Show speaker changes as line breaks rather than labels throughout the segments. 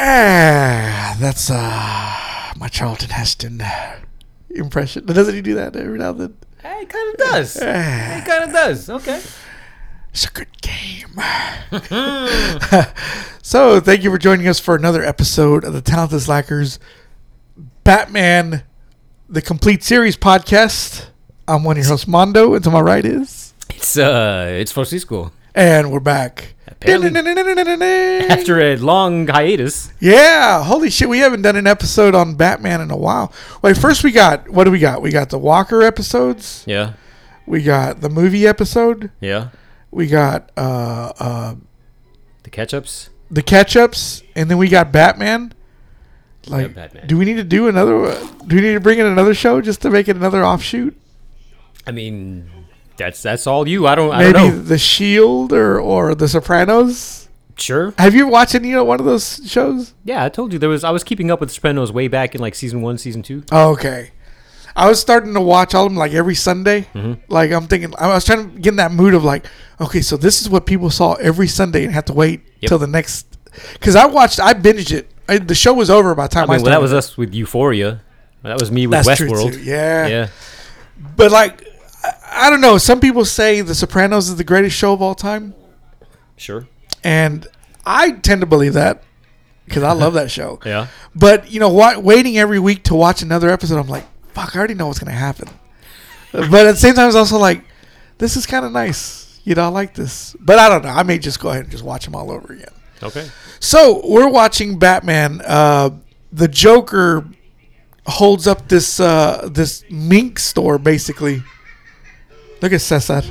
Ah, that's uh, my Charlton Heston uh, impression. Doesn't he do that every now and then?
Hey, it kind of does. it kind of does. Okay.
It's a good game. so, thank you for joining us for another episode of the Talented Slackers Batman, the complete series podcast. I'm one of your hosts, Mondo, and to my right is.
It's uh, it's Francisco.
And we're back.
Apparently- After a long hiatus,
Yeah, holy shit, we haven't done an episode on Batman in a while. Wait, first we got what do we got? We got the Walker episodes.
yeah,
We got the movie episode.
yeah,
We got uh, uh,
the catch-ups.
the catch ups, and then we got Batman. Like,
Batman.
do we need to do another? Do we need to bring in another show just to make it another offshoot?
I mean, that's that's all you. I don't. I
Maybe
don't know.
the Shield or or the Sopranos.
Sure.
Have you watched any of one of those shows?
Yeah, I told you there was. I was keeping up with Sopranos way back in like season one, season two.
Okay. I was starting to watch all of them like every Sunday.
Mm-hmm.
Like I'm thinking, I was trying to get in that mood of like, okay, so this is what people saw every Sunday and had to wait
Yep.
till the next. Because I watched, I binged it. I, the show was over by the time
I
I,
mean, well,
started.
that was us with Euphoria. That was me with
That's true,
Westworld.
too. Yeah.
yeah.
But like, I, I don't know. Some people say The Sopranos is the greatest show of all time,
Sure.
and I tend to believe that because I love that show.
Yeah.
But you know what? Waiting every week to watch another episode, I'm like, fuck, I already know what's gonna happen. But at the same time, it's also like, this is kind of nice. You know, I like this. But I don't know. I may just go ahead and just watch them all over again.
Okay.
So we're watching Batman. Uh, the Joker holds up this uh, this mink store basically. Look at Cesar.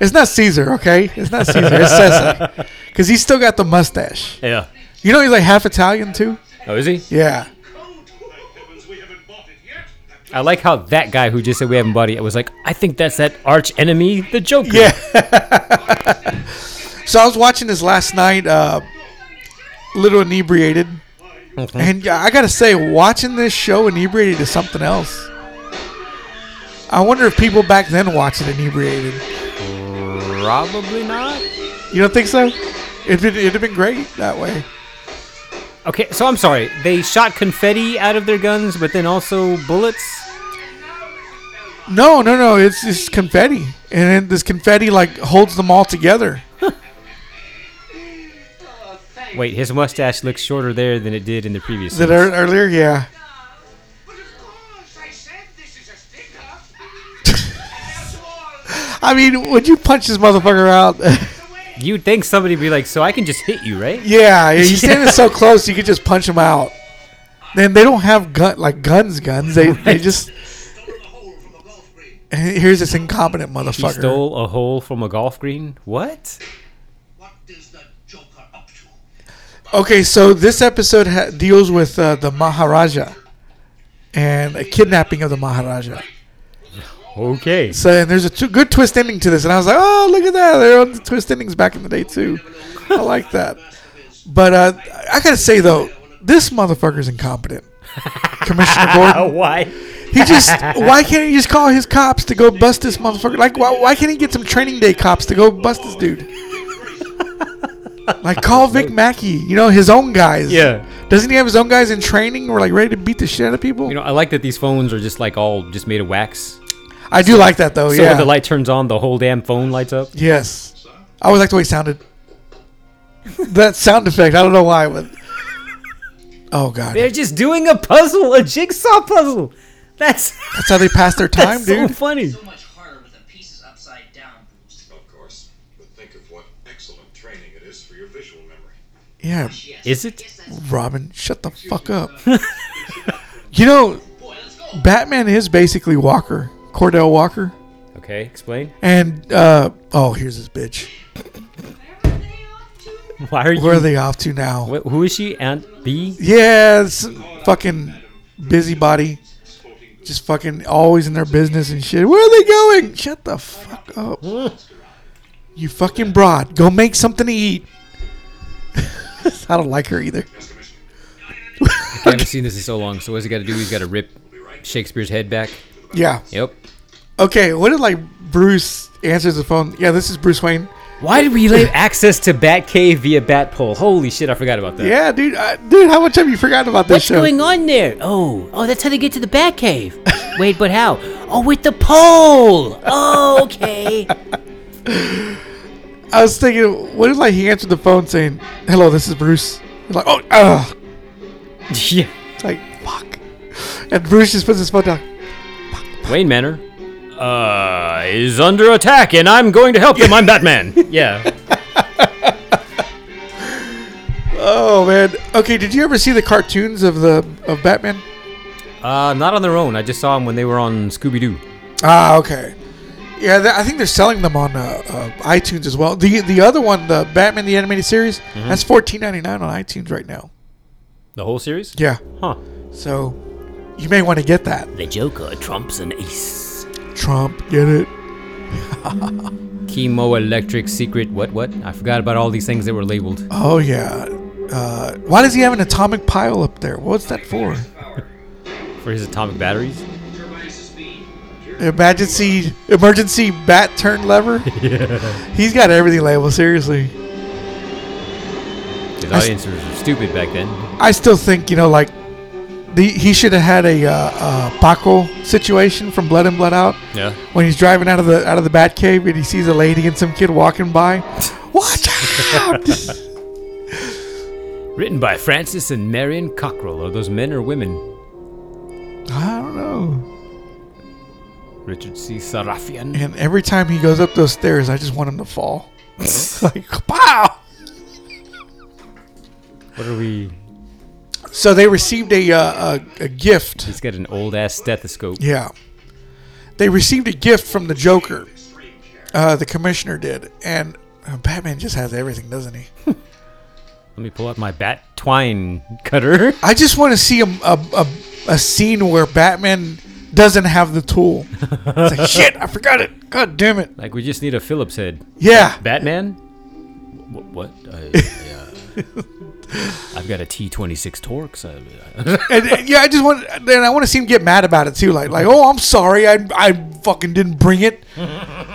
It's not Caesar, okay? It's not Caesar. It's Cesar, because he's still got the mustache.
Yeah.
You know, he's like half Italian too.
Oh, is he?
Yeah.
I like how that guy who just said we haven't bought it was like, I think that's that arch enemy, the Joker.
Yeah. so I was watching this last night, uh, little inebriated, and I gotta say, watching this show inebriated is something else. I wonder if people back then watched it inebriated.
Probably not.
You don't think so? It'd, been- it'd have been great that way.
Okay, so I'm sorry. They shot confetti out of their guns, but then also bullets.
No, no, no. It's just confetti, and then this confetti like holds them all together.
Wait, his mustache looks shorter there than it did in the previous.
That
scenes.
ear- earlier, yeah. I mean, would you punch this motherfucker out?
You'd think somebody'd be like, "So I can just hit you, right?"
Yeah, yeah, he's standing so close, you could just punch him out. Then they don't have gun like guns, guns. They they just here's this incompetent
He
motherfucker.
stole a hole from a golf green. What?
Okay, so this episode ha- deals with uh, the Maharaja and a kidnapping of the Maharaja.
Okay.
So and there's a two, good twist ending to this, and I was like, oh look at that! There are twist endings back in the day too. I like that. But uh, I gotta say though, this motherfucker's incompetent. Commissioner Gordon.
Oh, why?
He just why can't he just call his cops to go bust this motherfucker? Like why, why can't he get some training day cops to go bust this dude? Like call Vic Mackey, you know his own guys.
Yeah.
Doesn't he have his own guys in training? We're like ready to beat the shit out of people.
You know, I like that these phones are just like all just made of wax.
I do like that though.
So
yeah.
when the light turns on, the whole damn phone lights up.
yes. I always like the way it sounded. that sound effect. I don't know why, but oh god,
They're just doing a puzzle, a jigsaw puzzle. That's
that's how they pass their time,
that's so
dude.
funny.
So much harder with the pieces upside down, Bruce.
Of course, but think of what excellent training it is for your visual memory.
Yeah,
Yes.
Is it?
Yes, that's-
Robin, shut the fuck up. you know,
Boy, let's go.
Batman is basically Walker, Cordell Walker,
Okay, explain.
and uh, oh, here's this bitch.
Why are you?
Where are they off to now?
Wh- who is she? Aunt B?
Yeah, it's fucking busybody, just fucking always in their business and shit. Where are they going? Shut the fuck up. You fucking broad, go make something to eat. I don't like her either.
Yes, Commissioner.
I haven't seen this in so long. So what's he got to do? He's got to rip Shakespeare's head back.
Yeah.
Yep.
Okay, what did like Bruce answers the phone? Yeah, this is Bruce Wayne.
Why did we relay access to Batcave via Batpole? Holy shit, I forgot about that.
Yeah, dude, I, dude, how much have you forgotten about this
What's
show?
going on there? Oh, oh, that's how they get to the Batcave. Wait, but how? Oh, with the pole. Oh, okay.
I was thinking, what if like he answered the phone saying, "Hello, this is Bruce." He's like, oh, ugh.
Yeah.
It's like fuck. And Bruce just puts his phone down.
Wayne Manor. Uh, is under attack, and I'm going to help them. I'm Batman. Yeah.
Oh man. Okay, did you ever see the cartoons of the of Batman?
Uh, not on their own. I just saw them when they were on Scooby Doo.
Ah, okay. Yeah, th- I think they're selling them on uh, uh, iTunes as well. The the other one, the Batman the animated series, that's fourteen ninety nine on iTunes right now.
The whole series?
Yeah,
Huh.
so you may want to get that.
The Joker trumps an ace.
Trump, get it?
Chemoelectric secret. What? What? I forgot about all these things that were labeled.
Oh yeah. Uh, why does he have an atomic pile up there? What's that for?
Power.
For his atomic batteries?
Turbines to speed.
Emergency emergency bat turn lever. Yeah. He's got everything labeled. Seriously,
His
I s-
audiences were stupid back then.
I still think you know like. The, he should have had a uh, uh, Paco situation from Blood and Blood Out.
Yeah.
when he's driving out of the out of the bat cave and he sees a lady and some kid walking by. Watch out!
Written by Francis and Marion Cockrell. Are those men or women?
I don't know.
Richard C. Sarafian.
And every time he goes up those stairs, I just want him to fall. like pow!
What are we?
So they received a uh, a, a gift.
He's got an old ass stethoscope.
Yeah, they received a gift from the Joker. Uh, the commissioner did, and uh, Batman just has everything, doesn't he?
Let me pull out my bat twine cutter.
I just want to see a, a, a, a scene where Batman doesn't have the tool. It's like shit, I forgot it. God damn it!
like we just need a Phillips head.
Yeah,
Batman? What? what? I, yeah. I've got a T26 Torx. I, I,
and, and, yeah, I just want, and I want to see him get mad about it too. Like, like, oh, I'm sorry, I, I fucking didn't bring it.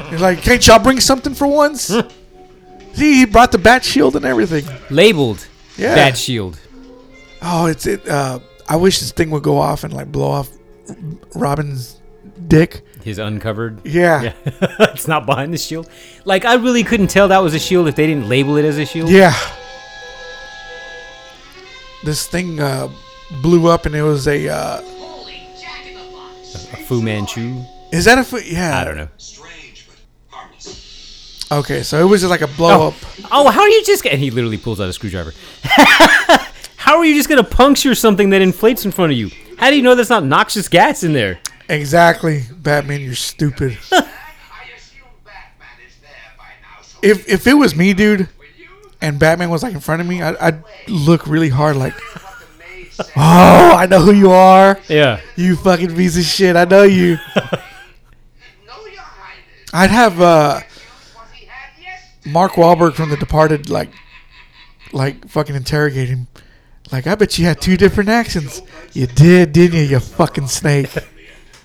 He's like, can't y'all bring something for once? see, he brought the bat shield and everything.
labeled
Yeah.
Bat Shield.
Oh, it's it. Uh, I wish this thing would go off and like blow off Robin's dick.
His uncovered.
Yeah,
Yeah.
yeah.
it's not behind the shield. Like, I really couldn't tell that was a shield if they didn't label it as a shield.
This thing uh, blew up, and it was a. Uh,
Holy jack in the box.
A Fu Manchu.
is that a foot? Yeah,
I don't know.
Strange, but harmless.
Okay, so it was just like a blow up.
Oh, how are you just. And he literally pulls out a screwdriver. how are you just going to puncture something that inflates in front of you? How do you know that's not noxious gas in there?
Exactly, Batman. You're stupid.
I assume Batman is there by now, so
if if it was me, dude, and Batman was like in front of me, I, I'd look really hard, like, oh, I know who you are,
Yeah.
you fucking piece of shit. I know you.
know your highness.
I'd have uh,
Was he had yes?
Mark Wahlberg from The Departed, like, like fucking interrogate him. Like, I bet you had two different accents. You did, didn't you? You fucking snake.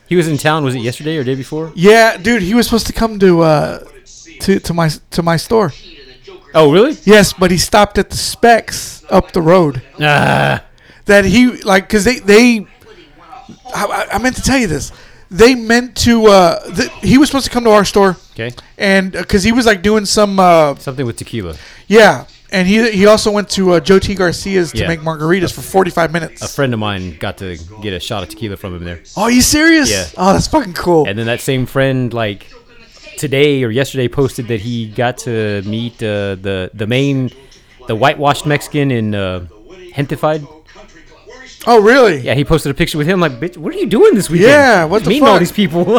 He was in town, was it yesterday or day before?
Yeah, dude, he was supposed to come to uh, to to my to my store.
Oh, really?
Yes, but he stopped at the Specs up the road.
Ah.
that he like because they they I, I- I meant to tell you this they meant to uh th- he was supposed to come to our store
Okay.
and because he was like doing some uh
Something with tequila.
yeah and he he also went to uh, Joe T Garcia's to
Yeah.
make margaritas for 45 minutes
A friend of mine got to get a shot of tequila from him there.
oh you serious
Yeah.
oh that's fucking cool
And then that same friend, like today or yesterday, posted that he got to meet uh, the the main, the whitewashed Mexican in uh, Hentified.
Country club. Where he
oh really
Yeah, he posted a picture with him. Like, bitch, what are you doing this weekend?
Yeah, what the
meeting all
fuck?
these people?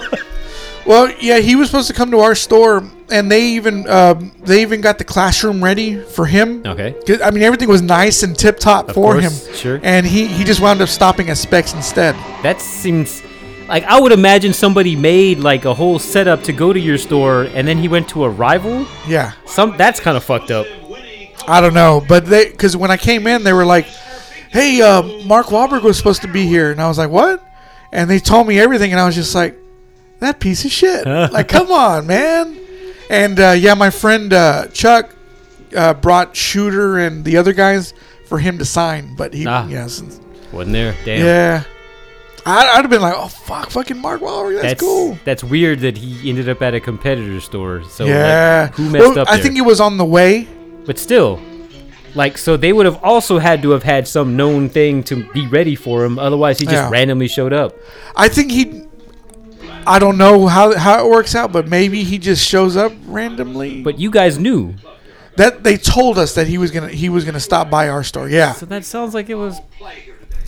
well yeah he was supposed to come to our store and they even um, they even got the classroom ready for him
okay.
'Cause, I mean, everything was nice and tip top for
course,
him.
sure.
And he, he just wound up stopping at Specs instead.
That seems like I would imagine somebody made like a whole setup to go to your store, and then he went to a rival.
Yeah.
Some that's kind of fucked up.
I don't know, but they because when I came in, they were like, "Hey, uh, Mark Wahlberg was supposed to be here," and I was like, "What?" And they told me everything, and I was just like, "That piece of shit! like, come on, man!" And uh, yeah, my friend uh, Chuck uh, brought Shooter and the other guys for him to sign, but he
Ah.
yeah, since,
Wasn't there? Damn.
yeah. I, I'd have been like, oh fuck, fucking Mark Wahlberg, that's,
That's
cool.
That's weird that he ended up at a competitor store. So like,
yeah,
who messed
Well,
up?
I
there?
think he was on the way.
But still, like, so they would have also had to have had some known thing to be ready for him. Otherwise, he just
Yeah.
randomly showed up.
I think he. I don't know how how it works out, but maybe he just shows up randomly.
But you guys knew,
that they told us that he was gonna he was gonna stop by our store. Yeah,
so that sounds like it was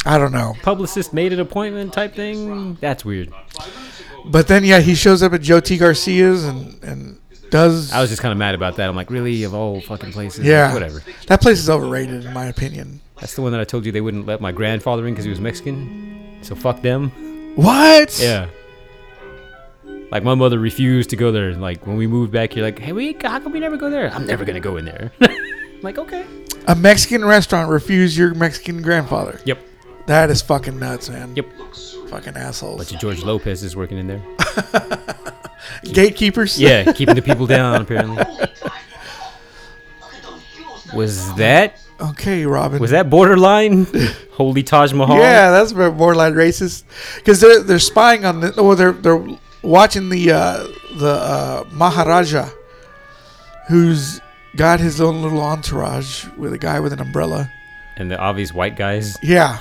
I don't know,
publicist made an appointment type thing. That's weird.
but then yeah, he shows up at Joe T Garcia's and and does.
I was just kind of mad about that. I'm like, really, of all fucking places,
yeah,
whatever.
That place is overrated in my opinion.
That's the one that I told you they wouldn't let my grandfather in because he was Mexican. So fuck them.
What?
Yeah. Like my mother refused to go there. Like when we moved back here, like, hey, we how come we never go there? I'm never gonna go in there. I'm like okay.
A Mexican restaurant refused your Mexican grandfather.
Yep.
That is fucking nuts, man.
Yep.
Fucking assholes.
Bunch of George Lopez is working in there.
Gatekeepers.
Yeah, keeping the people down apparently. Was that
okay, Robin.
was that borderline? Holy Taj Mahal.
Yeah, that's more more like racist because they're they're spying on the or they're they're watching the uh, the uh, Maharaja, who's got his own little entourage with a guy with an umbrella.
And the obvious white guys.
Yeah.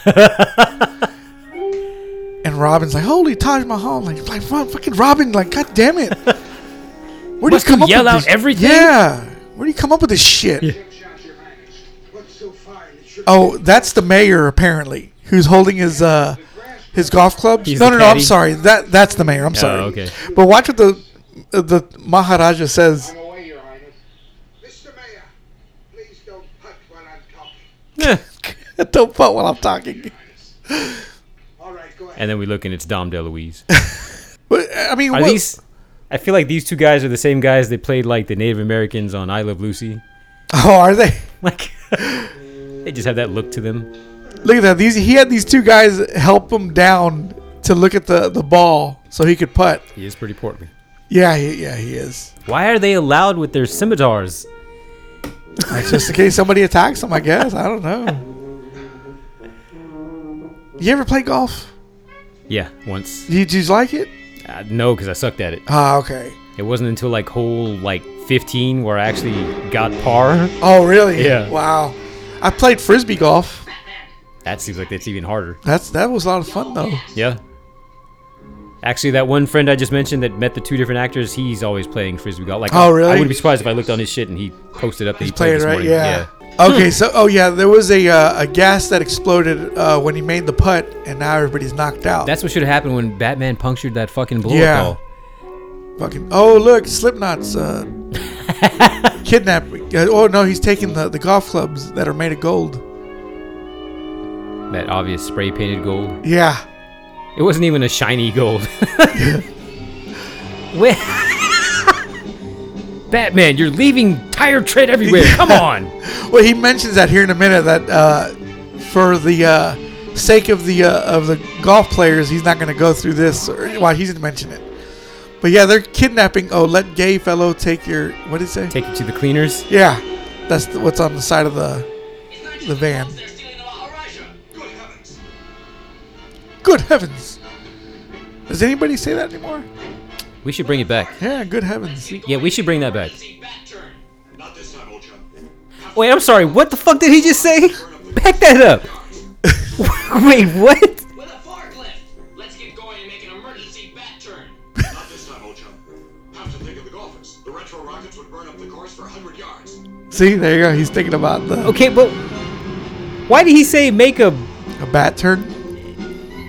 and Robin's like, "Holy Taj Mahal!" Like, like "Fuck- fucking Robin, like, god damn it! Where do you
Must you
come up
yell
with
out
this?
everything?
Yeah, where do you come up with this shit?
What's so fine? It should
Oh, that's the mayor apparently, who's holding his uh his golf clubs.
He's
no,
the
no, no. I'm
caddy? Oh,
sorry. That that's the mayor. I'm sorry.
okay.
But watch what the the Maharaja says.
away, Your Highness. Mr. Mayor, please don't putt while I'm talking.
Eh.
Don't fuck while I'm talking.
All right, go ahead.
and then we look and it's Dom DeLuise.
But I mean,
Are
what-
these? I feel like these two guys are the same guys that played like the Native Americans on I Love Lucy.
oh, are they?
Like they just have that look to them.
Look at that. These he had these two guys help him down to look at the the ball so he could putt.
He is pretty portly.
Yeah, he, yeah, he is.
Why are they allowed with their scimitars?
That's Uh, just in case somebody attacks him. I guess I don't know. You ever play golf?
Yeah, once.
Did you like it?
Uh, no, because I sucked at it.
Ah, okay.
It wasn't until like hole like 15 where I actually got par.
Oh, really?
Yeah.
Wow. I played frisbee golf.
That seems like that's even harder.
That's that was a lot of fun though.
Yeah. Actually, that one friend I just mentioned that met the two different actors, he's always playing frisbee golf. Like,
Oh,
I-
really?
I wouldn't be surprised if I looked on his shit and he posted up that he played
Played
this
right?
morning.
Yeah. Okay, so oh yeah, there was a uh, a gas that exploded uh, when he made the putt, and now everybody's knocked out.
That's what should have happened when Batman punctured that fucking blow
Yeah.
up doll.
fucking. Oh look, Slipknot's uh, kidnapping. Uh, oh no, he's taking the, the golf clubs that are made of gold.
That obvious spray painted gold.
Yeah.
It wasn't even a shiny gold. Wait. Batman, you're leaving tire tread everywhere. Come on.
Well, he mentions that here in a minute that uh, for the uh, sake of the uh, of the golf players, he's not going to go through this. Or, well, he didn't mention it, but yeah, they're kidnapping. Oh, let gay fellow take your what did he say?
Take it to the cleaners.
yeah, that's the, what's on the side of the the van.
Good heavens.
Good heavens! Does anybody say that anymore?
We should bring it back.
Yeah, good heavens!
Yeah, we should bring that back.
Not this time, old chap.
Wait, I'm sorry. What the fuck did he just say? Back that up. Wait, what?
With a forklift, let's get going and make an emergency bat turn.
Not this time, old chap. Have to think of the golfers. The retro rockets would burn up the course for 100 yards.
See, there you go. He's thinking about the
Okay, but why did he say make a
a bat turn.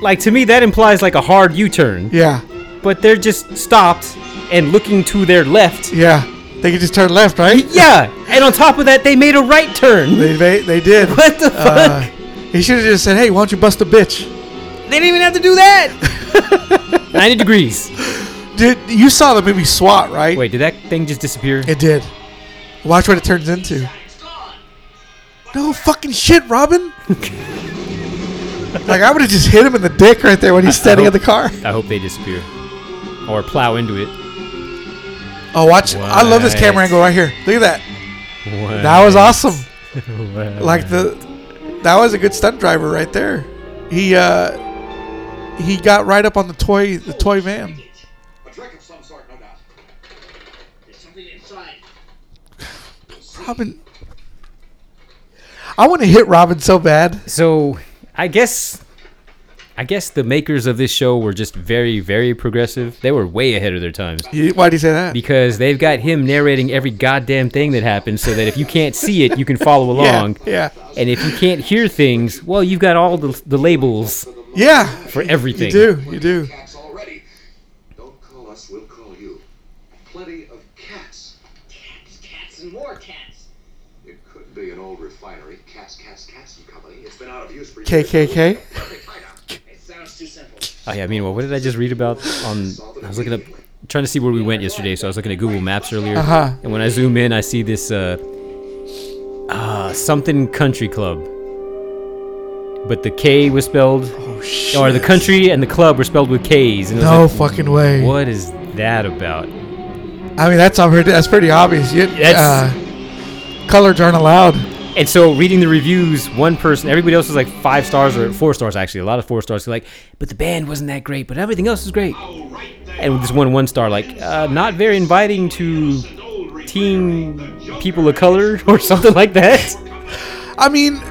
like to me that implies like a hard U-turn.
Yeah,
But they're just stopped and looking to their left.
yeah. They could just turn left, right?
Yeah, and on top of that they made a right turn.
They they, they did.
What the
Uh,
fuck?
he should have just said, "Hey, why don't you bust a bitch?"
They didn't even have to do that. 90 degrees.
Did you saw the movie SWAT, right?
Wait, did that thing just disappear?
It did. Watch what it turns into.
It's gone.
No fucking shit, Robin. like I would have just hit him in the dick right there when he's standing at the car.
I hope they disappear. Or plow into it.
Oh, watch! I love this camera angle right here. Look at that. That was awesome. Like the, that was a good stunt driver right there. He uh, he got right up on the toy the toy van.
A trick of some sort, no doubt.
There's something inside.
Robin. I want to hit Robin so bad.
so I guess I guess the makers of this show were just very very progressive. They were way ahead of their times
You- Why do you say that?
because they've got him narrating every goddamn thing that happens so that if you can't see it, you can follow along.
Yeah. Yeah.
And if you can't hear things, well, you've got all the, the labels
yeah.
for everything.
You do. You do.
Cats already. Don't call us, we'll call you. Plenty of cats.
Cats, cats, and more cats.
It could be an old refinery. Cats, cats, cats and company. It's been out of use for years.
KKK.
Perfect hideout.
It sounds too simple.
Oh yeah, meanwhile, what did I just read about on I was looking up trying to see where we went yesterday, so I was looking at Google Maps earlier.
Uh-huh.
And when I zoom in, I see this uh uh something country club. But the K was spelled
Oh
or the
shit.
country and the club were spelled with K's and it was
No
like,
fucking way.
What is that about?
I mean, that's over, that's pretty obvious. You,
That's-
uh, colors aren't allowed.
And so reading the reviews, one person, everybody else was like five stars or four stars actually, a lot of four stars. They're like, but the band wasn't that great, but everything else was great. And this one one star, like, uh, not very inviting to teen people of color or something like that.
I mean,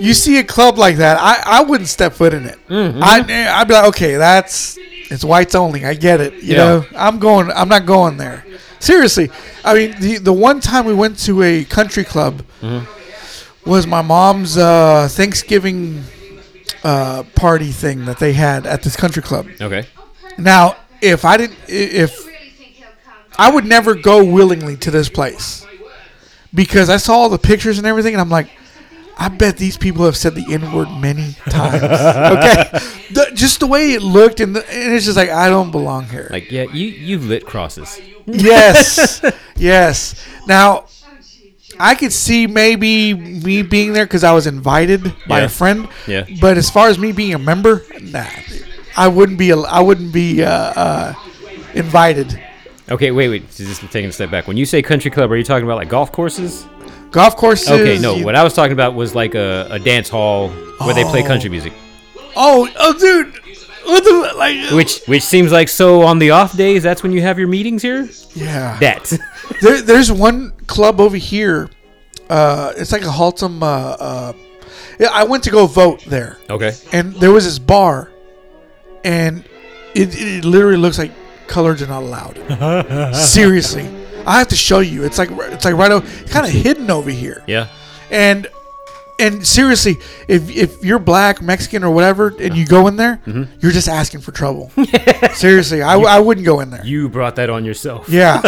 you see a club like that, I, I wouldn't step foot in it. I I'd be like, okay, that's it's whites only. I get it. You
Yeah.
know, I'm going. I'm not going there. Seriously, I mean, the the one time we went to a country club was my mom's uh, Thanksgiving uh, party thing that they had at this country club.
Okay.
Now, if I didn't, i- if I would never go willingly to this place because I saw all the pictures and everything, and I'm like, I bet these people have said the N word many times. Okay, the, just the way it looked, and, the, and it's just like I don't belong here.
Like, yeah, you you've lit crosses.
yes, yes. Now, I could see maybe me being there because I was invited by
Yeah.
a friend.
Yeah.
But as far as me being a member, nah, I wouldn't be. al- I wouldn't be uh, uh, invited.
Okay, wait, wait. Just taking a step back. When you say country club, are you talking about like golf courses?
Golf courses.
Okay, no.
you-
What I was talking about was like a, a dance hall where they play
Oh.
country music,
Oh, oh, dude. What the like?
which which seems like so on the off days. That's when you have your meetings here.
yeah.
That.
There, there's one club over here. Uh, it's like a Haltom. Uh, uh, yeah, I went to go vote there,
Okay.
and there was this bar, and it, it literally looks like colors are not allowed. Seriously, I have to show you. It's like it's like right over, kind of hidden over here.
Yeah.
and and seriously, if if you're black, Mexican, or whatever, and you go in there,
Mm-hmm.
you're just asking for trouble. seriously, I, I wouldn't go in there.
You brought that on yourself.
yeah,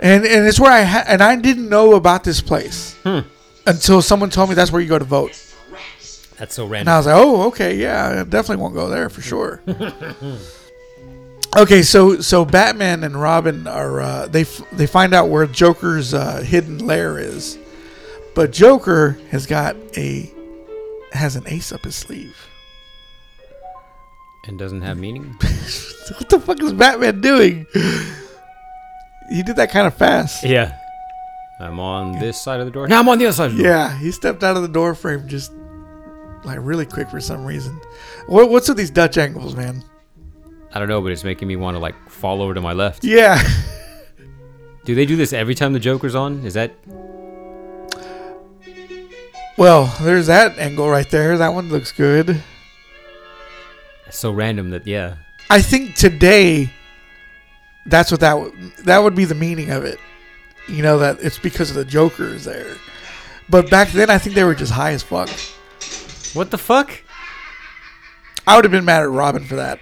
and and it's where I ha- and I didn't know about this place
Hmm.
until someone told me that's where you go to vote,
That's so
and I
random.
was like, oh, okay, yeah, I definitely won't go there for sure. okay, so so Batman and Robin are uh, they f- they find out where Joker's uh, hidden lair is, but Joker has got a has an ace up his sleeve.
And doesn't have meaning.
What the fuck is Batman doing? He did that kind of fast.
Yeah. I'm on this side of the door. Now I'm on the other side. Of the door.
Yeah, he stepped out of the door frame just like really quick for some reason. What, what's with these Dutch angles, man?
I don't know, but it's making me want to like fall over to my left.
Yeah,
Do they do this every time the Joker's on? Is that
well, there's that angle right there. That one looks good.
that's so random that yeah.
I think today, that's what that w- that would be the meaning of it. You know that it's because of the Joker is there, but back then I think they were just high as fuck.
What the fuck?
I would have been mad at Robin for that.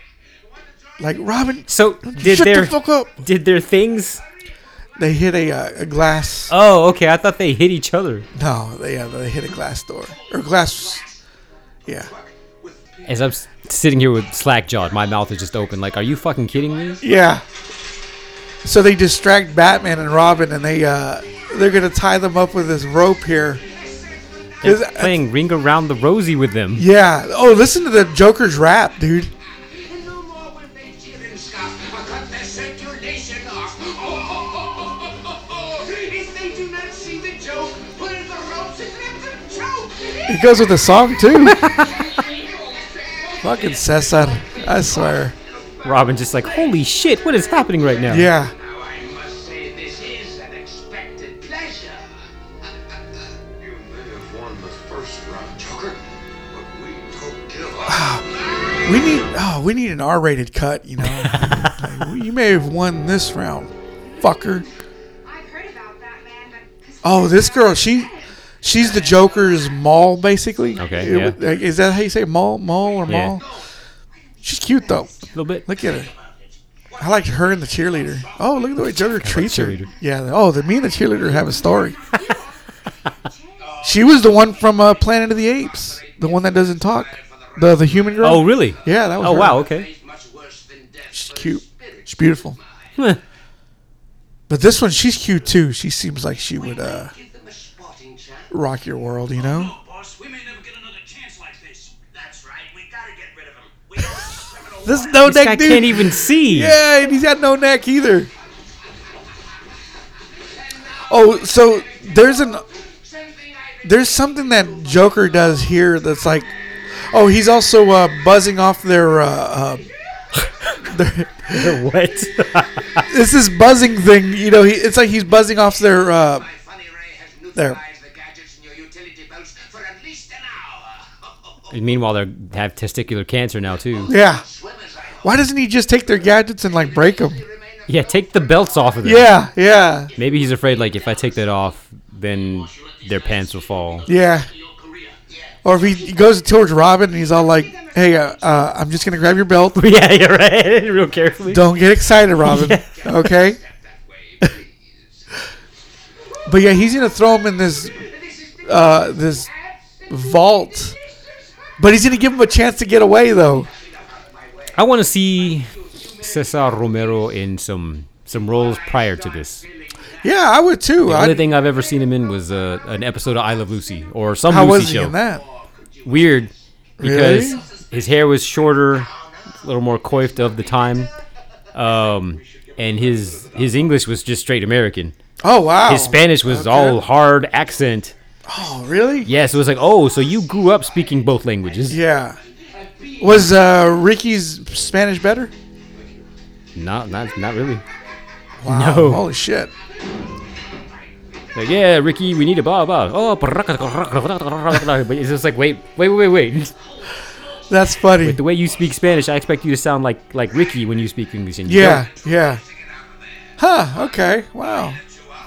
Like Robin,
So did
shut
their
the fuck up.
did their things?
They hit a, uh, a glass.
Oh, okay. I thought they hit each other.
No, they uh, they hit a glass door or glass. Yeah,
As I'm s- sitting here with slack jawed, my mouth is just open. Like, are you fucking kidding me?
yeah. So they distract Batman and Robin, and they uh, they're gonna tie them up with this rope here.
They're
'Cause, uh,
playing Ring Around the Rosie with them.
yeah. Oh, listen to the Joker's rap, dude.
Oh,
And no more will they tear and scoff or cut their circulation off or
He goes with the song too. Fucking Cesar, I swear.
Robin just like, holy shit, what is happening right now?
Yeah.
Now I must say this is an expected pleasure.
You may have won the first round, Joker, but we don't give up.
We need oh, we need an R-rated cut, you know. Like, you may have won this round, fucker.
I've heard about that man, but
Oh, this girl, she she's the Joker's mall basically.
Okay,
It
yeah.
would- like, Is that how you say mall, mall or
Yeah.
mall? She's cute though.
A little bit.
Look at her. I like her and the cheerleader. Oh, look at the way Joker treats her.
cheerleader.
Yeah. Oh, the me and the cheerleader have a story. she was the one from uh, Planet of the Apes, the one that doesn't talk, the the human girl.
Oh, really?
uh, Yeah, that was.
Oh,
her.
wow, okay.
Much worse than death.
She's cute. She's beautiful. Oh, But this one, she's cute too. She seems like she would uh,
Give them a spotting chance.
rock your world, you know?
No, Oh, boss, we may never get another chance like this. That's right. We gotta get rid of him. We owe him a criminal
This no
This guy
neck dude.
can't even see.
yeah, and he's got no neck either. Oh, so there's an there's something that Joker does here that's like, oh, he's also uh, buzzing off their. Uh, uh, their
what?
it's this buzzing thing, you know. He, it's like he's buzzing off their uh,
My funny ray has
There.
neutralized the gadgets in your utility belts for at least an hour.
And meanwhile, they have testicular cancer now too.
yeah.
Swimmers, I hope,
Why doesn't he just take their gadgets and like break them?
remain
Yeah, take the belts off of them.
Yeah, yeah,
Maybe he's afraid like if I take that off, then their pants will fall.
yeah.
a your career. Yeah.
Or if he, he goes towards Robin and he's all like, "Hey, uh, uh, I'm just gonna grab your belt.
yeah, you're right. Real carefully.
Don't get excited, Robin. Okay."
That way, please.
But yeah, he's gonna throw him in this uh, this vault. But he's gonna give him a chance to get away though.
I want to see Cesar Romero in some some roles prior to this.
Yeah, I would too.
The only
I,
thing I've ever seen him in was uh, an episode of I Love Lucy or some
how
Lucy
was he
show.
in that?
Weird because
Really?
his hair was shorter, a little more coiffed of the time, um, and his his English was just straight American.
Oh wow.
His Spanish was all hard accent.
Oh really?
Yes, it was like, oh, so you grew up speaking both languages?
Yeah. Was uh, Ricky's Spanish better?
Not, not, not really.
Wow.
No.
Holy shit.
Like, yeah, Ricky, we need a blah blah. Oh, but it's just like, wait, wait, wait, wait.
That's funny.
The way you speak Spanish, I expect you to sound like like Ricky when you speak English. And you
Yeah, yeah. Huh, okay. Wow.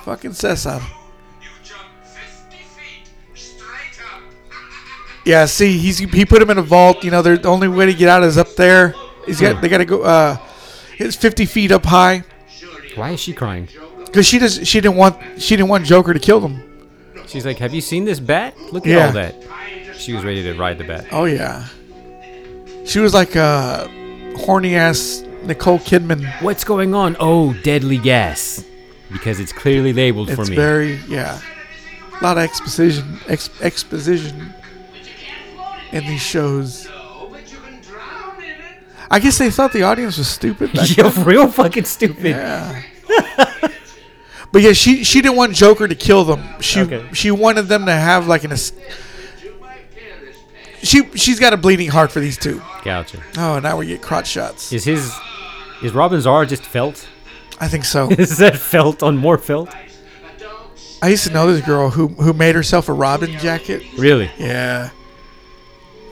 Fucking Cesar.
You jump 50 feet straight up.
Yeah, see, he's he put him in a vault, you know, their the only way to get out is up there. He's got they gotta go uh it's fifty feet up high.
don't. Why is she crying?
Cause she does she didn't want she didn't want Joker to kill them.
She's like, have you seen this bat? Look at
Yeah.
all that. She was ready to ride the bat.
Oh yeah. She was like uh horny ass Nicole Kidman.
What's going on? Oh, deadly gas. Because it's clearly labeled for
It's
me.
very yeah. A lot of exposition ex, exposition in these shows.
No, but you can drown in it.
I guess they thought the audience was stupid back
You're real fucking stupid.
Yeah. but yeah, she she didn't want Joker to kill them. She
Okay.
she wanted them to have like an. es- She she's got a bleeding heart for these two.
Gotcha.
Oh, now we get crotch shots.
Is his is Robin Czar just felt?
I think so.
Is that felt on more felt?
I used to know this girl who who made herself a Robin jacket.
Really?
Yeah.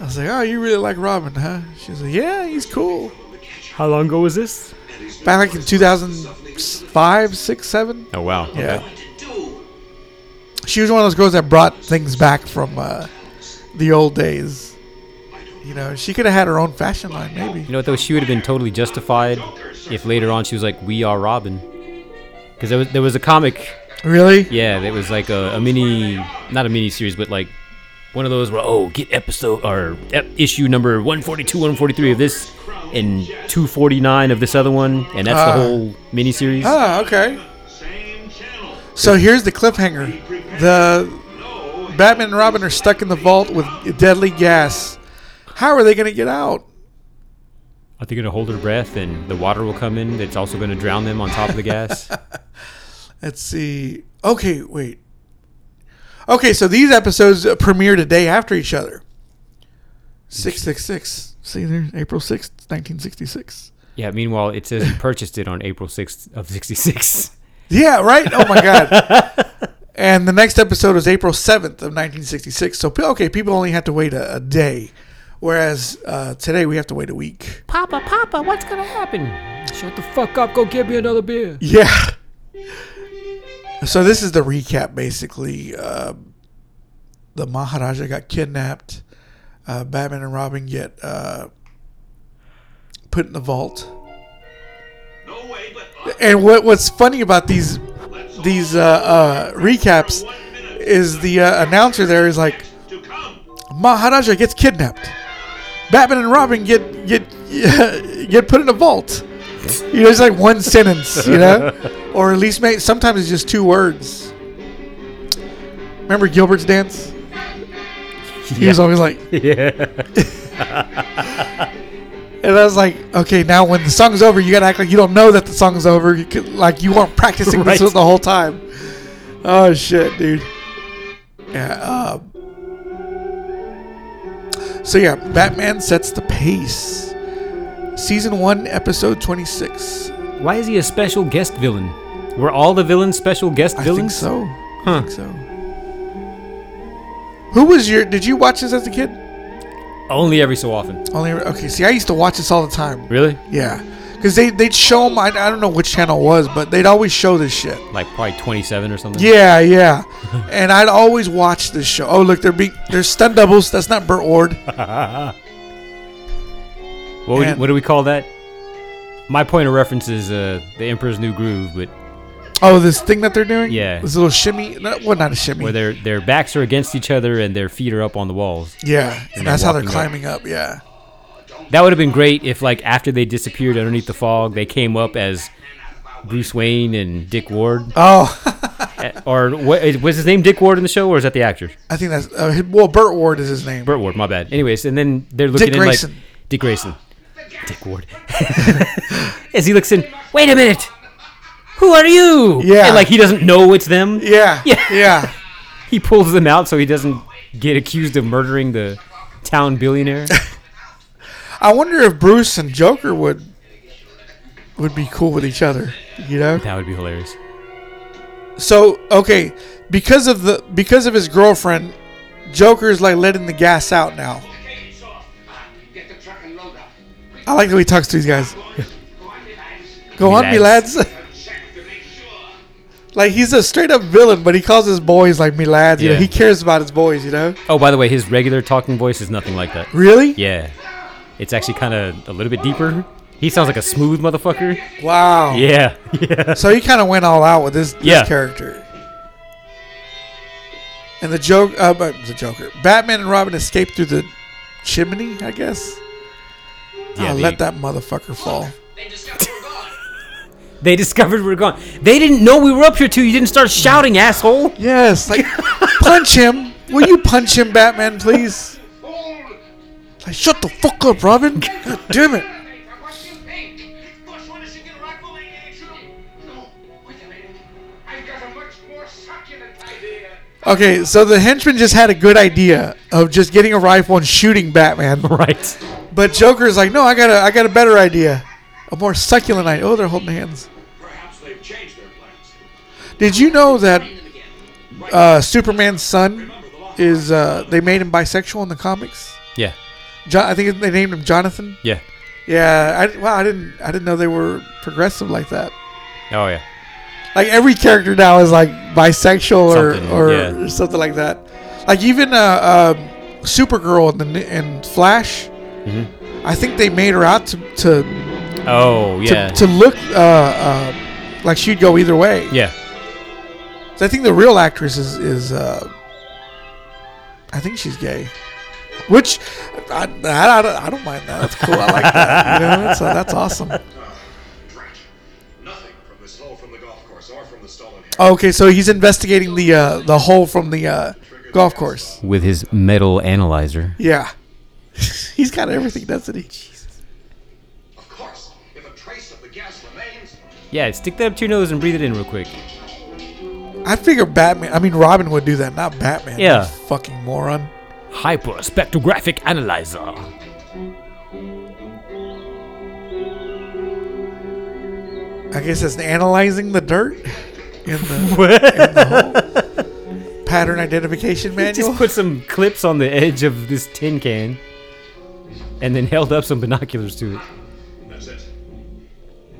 I was like, oh, you really like Robin, huh? She was like, yeah, he's cool.
How long ago was this?
Back like in 2005, 6, 7.
Oh wow.
Yeah. She was one of those girls that brought things back from uh, the old days. You know, she could have had her own fashion line,
You
maybe.
know what though? She would have been totally justified if later on she was like, "We are Robin," because there was there was a comic.
Really?
Yeah, that was like a, a mini, not a mini series, but like one of those where oh, get episode or ep- issue number one forty two, one forty three of this, and two forty nine of this other one, and that's
Ah.
the whole mini series.
Oh, okay.
Same channel.
So here's the cliffhanger. The Batman and Robin are stuck in the vault with deadly gas. How are they going to get out?
Are they gonna hold their breath and the water will come in? That's also gonna drown them on top of the gas.
Let's see. Okay, wait. Okay, so these episodes premiered a day after each other. 666. See there, April 6th, 1966.
Yeah. Meanwhile, it says you purchased it on April sixth of '66.
Yeah, right? Oh my God. and the next episode was April 7th of 1966. So, okay, people only had to wait a, a day. Whereas uh, today we have to wait a week.
Papa, Papa, what's gonna happen? Shut the fuck up. Go get me another beer.
Yeah. So this is the recap, basically. Uh, the Maharaja got kidnapped. Uh, Batman and Robin get uh, put in the vault.
No way, but
And what what's funny about these these uh, uh, recaps is the uh, announcer there is like
to come.
Maharaja gets kidnapped. Batman and Robin get get get put in a vault. You know, it's like one sentence, you know, or at least may, sometimes it's just two words. Remember Gilbert's dance? He was always like,
Yeah.
and I was like, okay, now when the song's over, you gotta act like you don't know that the song's over. You could, like you weren't practicing
Right.
this the whole time. Oh shit, dude. Yeah. Um, so yeah, Batman sets the pace. Season one, episode twenty-six.
Why is he a special guest villain? Were all the villains special guest
I think
villains?
so. I
Huh.
think so. Who was your? Did you watch this as a kid?
Only every so often.
Only okay. See, I used to watch this all the time.
Really?
Yeah, because they they'd show them. I, I don't know which channel it was, but they'd always show this shit.
Like probably 27 or something.
Yeah, yeah. and I'd always watch this show. Oh, look, they're being they're stunt doubles. That's not Burt Ward.
What, would,
And-
what do we call that? My point of reference is uh, the Emperor's New Groove, but
Oh, this thing that they're doing.
Yeah.
this little shimmy. No, well, not a
where
shimmy.
their their backs are against each other and their feet are up on the walls.
Yeah, and that's how they're
walking up.
climbing up. Yeah.
That would have been great if, like, after they disappeared underneath the fog, they came up as Bruce Wayne and Dick Ward,
Oh,
Uh, or what, was his name Dick Ward in the show, or is that the actor?
I think that's uh, well, Burt Ward is his name.
Burt Ward, my bad. Anyways, and then they're looking
Dick
in
Grayson.
like Dick Grayson. Dick Ward. As he looks in, wait a minute. Who are you?
Yeah.
And like he doesn't know it's them.
Yeah,
Yeah.
yeah.
He pulls them out so he doesn't get accused of murdering the town billionaire.
I wonder if Bruce and Joker would would be cool with each other. You know.
that would be hilarious.
So okay, because of the because of his girlfriend, Joker is like letting the gas out now.
Ah,
Get the truck and load up.
I like how he talks to these guys. Go on, me
lads.
lads. like he's a straight up villain, but he calls his boys like me lads. You know,
Yeah.
he cares about his boys. You know.
Oh, by the way, his regular talking voice is nothing like that.
Really?
Yeah. It's actually kind of a little bit deeper. He sounds like a smooth motherfucker.
Wow.
Yeah. Yeah.
So he kind of went all out with this, this
Yeah.
character. And the joke, uh, but the Joker, Batman and Robin escape through the chimney, I guess.
Yeah,
Yeah,
they-
let that motherfucker fall.
They discovered we're gone.
They discovered we are gone. They didn't know we were up here too. You didn't start shouting, asshole.
Yes, like punch him. Will you punch him, Batman, please? Like shut the fuck up, Robin. God damn it.
What do you think? Bush, when is she gonna rifle my action? No, wait a minute. I've got a much more succulent idea.
Okay, so the henchman just had a good idea of just getting a rifle and shooting Batman,
Right.
but Joker's like, no, I got a, I got a better idea, a more succulent idea. Oh, they're holding hands.
Perhaps they've changed their plans.
Did you know that uh, Superman's son is uh, they made him bisexual in the comics?
Yeah.
Jo- I think they named him Jonathan.
Yeah.
Yeah, I, wow, I didn't I didn't know they were progressive like that.
Oh yeah.
Like every character now is like bisexual or
Something,
or
yeah.
something like that. Like even uh, uh, Supergirl in the in Flash,
Mm-hmm.
I think they made her out to to
Oh
to,
yeah.
to look uh, uh, like she'd go either way.
yeah.
So I think the real actress is is uh, I think she's gay, which I, I, I, don't- I don't mind that. That's cool. I like that. You know, that's, uh, that's awesome.
Drat. Nothing from this hole from the golf course or from the stolen hair.
Okay, so he's investigating the uh, the hole from the uh, golf course.
With his metal analyzer.
Yeah, he's got everything, doesn't he?
Of course, if a trace of the gas remains,
Yeah. Stick that up to your nose and breathe it in real quick.
I figure Batman. I mean, Robin would do that, not Batman.
Yeah.
You fucking moron.
Hyper spectrographic analyzer.
I guess it's analyzing the dirt in the, in the whole pattern identification manual.
Just put some clips on the edge of this tin can, and then held up some binoculars to it.
That's it.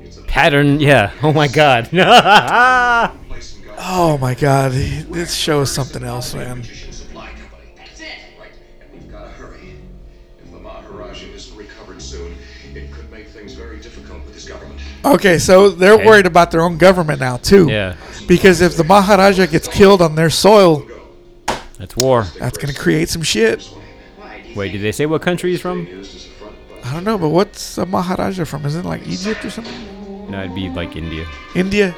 It's a
Pattern, yeah. Oh my God. That's
place in God.
oh my god, this show is something else, man.
Magician Supply Company. That's it. Right, and we've got to hurry. If the Maharajan isn't recovered soon, it could make things very difficult with his government.
Okay, so they're
Okay.
worried about their own government now too.
Yeah.
Because if the Maharaja gets killed on their soil,
war.
that's gonna create some shit.
Wait, did they say what country he's from?
Used as a front, but
I don't know, but what's a Maharaja from? Is it like Egypt or something?
No, it'd be like India.
India?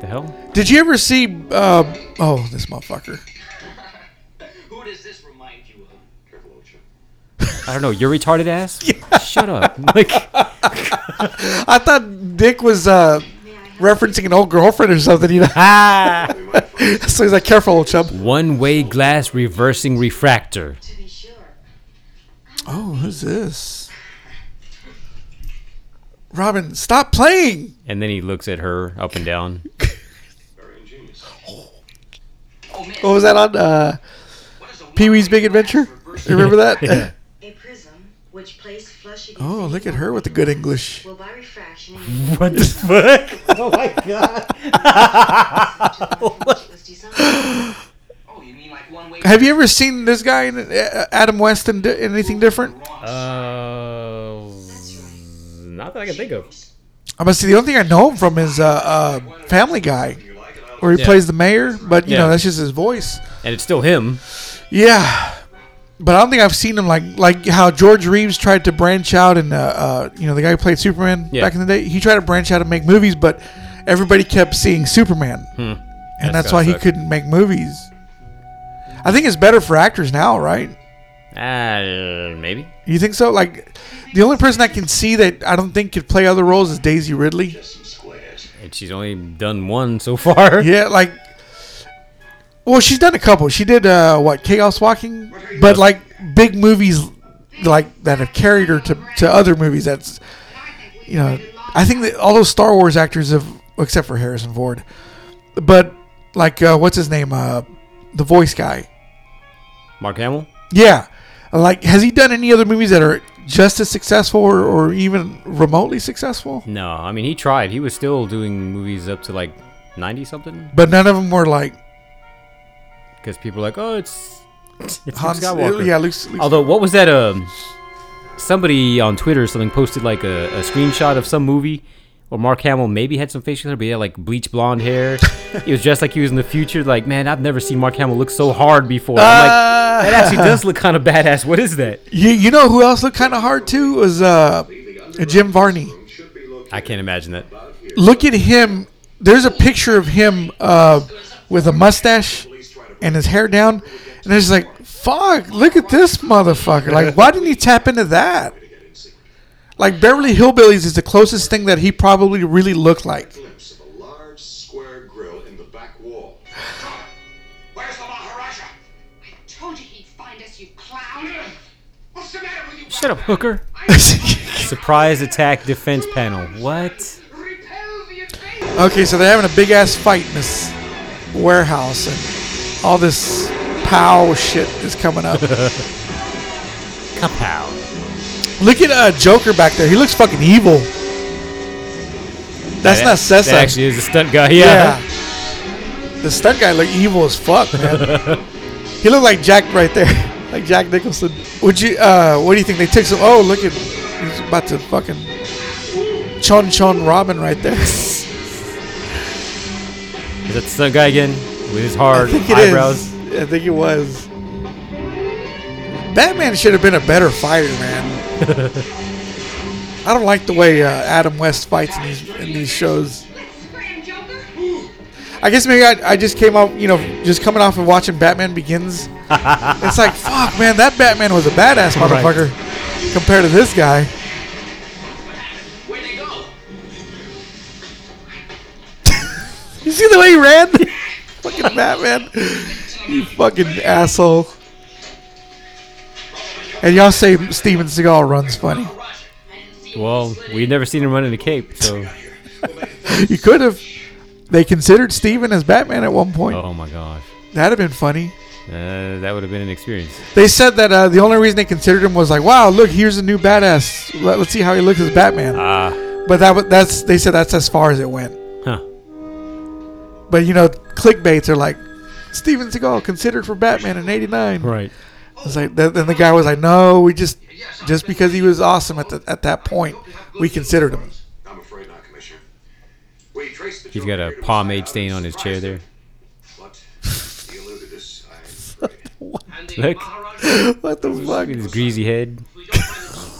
The hell?
Did you ever see? Uh, oh, this motherfucker.
Who does this remind you of?
careful, Ocha.
I don't know. Your retarded ass. Shut up. Like,
I thought Dick was uh, referencing an old girlfriend or something. You know,
ah.
so he's like, "Careful, old chub."
One-way glass reversing refractor.
To be sure.
Oh, who's this? Robin, stop playing.
And then he looks at her up and down.
Very ingenious.
Oh man,
What was that on uh,
what is a
Pee Wee's Big Adventure? You remember that?
A prism, which plays flush against
Oh,
the
look at her with the good English.
will by refraction
What the fuck? Oh my god.
was designed.
Oh, you mean like one way?
Have you ever seen this guy, in, uh, Adam West, in di- in anything different?
Uh, not that I can think of.
I must say the only thing I know him from is uh, uh, Family Guy,
You like it? I
where he
Yeah.
plays the mayor. But you know,
Yeah.
that's just his voice.
And it's still him.
Yeah, but I don't think I've seen him like like how George Reeves tried to branch out and uh, uh you know the guy who played Superman
Yeah.
back in the day. He tried to branch out and make movies, but everybody kept seeing Superman, and
Hmm. That's
that's why
gotta
he
suck.
couldn't make movies. I think it's better for actors now, right?
Uh, maybe.
You think so? Like, the only person I can see that I don't think could play other roles is Daisy Ridley.
Some squares.
And she's only done one so far.
Yeah, like, well, she's done a couple. She did uh, what Chaos Walking, but like big movies like that have carried her to, to other movies. That's you know, I think that all those Star Wars actors have, except for Harrison Ford, but like uh, what's his name, uh, the voice guy.
Mark Hamill.
Yeah, like has he done any other movies that are just as successful or, or even remotely successful?
No, I mean he tried. He was still doing movies up to like ninety something.
But none of them were like
Because people are like, oh, it's it's Luke
Hans.
Skywalker. Oh,
Yeah, Luke's, Luke's
Although, what was that? Um, somebody on Twitter or something posted like a, a screenshot of some movie, or Mark Hamill maybe had some facial hair, but he had like bleach blonde hair. he was dressed like he was in the future. Like, man, I've never seen Mark Hamill look so hard before. I'm like,
Ah.
that actually does look kind of badass. What is that?
You, you know who else looked kind of hard too was uh, Jim Varney.
Should be located
I can't imagine that.
out here.
Look at him. There's a picture of him uh, with a mustache and his hair down, and it's like, fuck, look at this motherfucker. Like, why didn't he tap into that? Like Beverly Hillbillies is the closest thing that he probably really looked like.
Glimpse of a large square grill in the back wall.
Where's the Maharaja?
I told you he'd find us, you clown.
What's the matter with you?
Shut up, hooker.
okay,
Surprise attack defense panel. What?
Repel the invasion.
so they're having a big ass fight in this warehouse, and all this pow shit is coming up.
Kapow.
Look at uh, Joker back there. He looks fucking evil. That's
That-
not Cesar.
That actually is a stunt guy. Yeah.
yeah. The stunt guy looked evil as fuck, man. he looked like Jack right there, like Jack Nicholson. Would you? Uh, what do you think? They took some. Oh, look at he's about to fucking Chon Chon Robin right there.
Is that the stunt guy again with his hard
I think it is.
eyebrows?
I think it was. Batman should have been a better fighter, man. I don't like the way uh, Adam West fights in these, in these shows.
Let's scram, Joker.
I guess maybe I, I just came out, you know, just coming off of watching Batman Begins. it's like, fuck, man, that Batman was a badass motherfucker compared to this guy.
Where'd they go?
see the way he ran? fucking Batman. You fucking asshole. And y'all say Steven Seagal runs funny.
Well, we've never seen him run in a cape, so.
You could have. They considered Steven as Batman at one point.
Oh my gosh.
That'd have been funny.
Uh, that would have been an experience.
They said that uh, the only reason they considered him was like, wow, look, here's a new badass. Let, us see how he looks as Batman.
Ah,
but that wa- that's they said that's as far as it went.
huh.
But you know, clickbaits are like Steven Seagal considered for Batman in '89.
Right.
It's like th- then the guy was like, no, we just just because he was awesome at the, at that point, we considered him.
I'm afraid not, Commissioner. We traced the
He's got a
Joker to his
pomade
hideout
stain
and
on his chair
surprised
there.
him. But he eluded us, I'm afraid.
Look.
What the fuck?
His greasy head.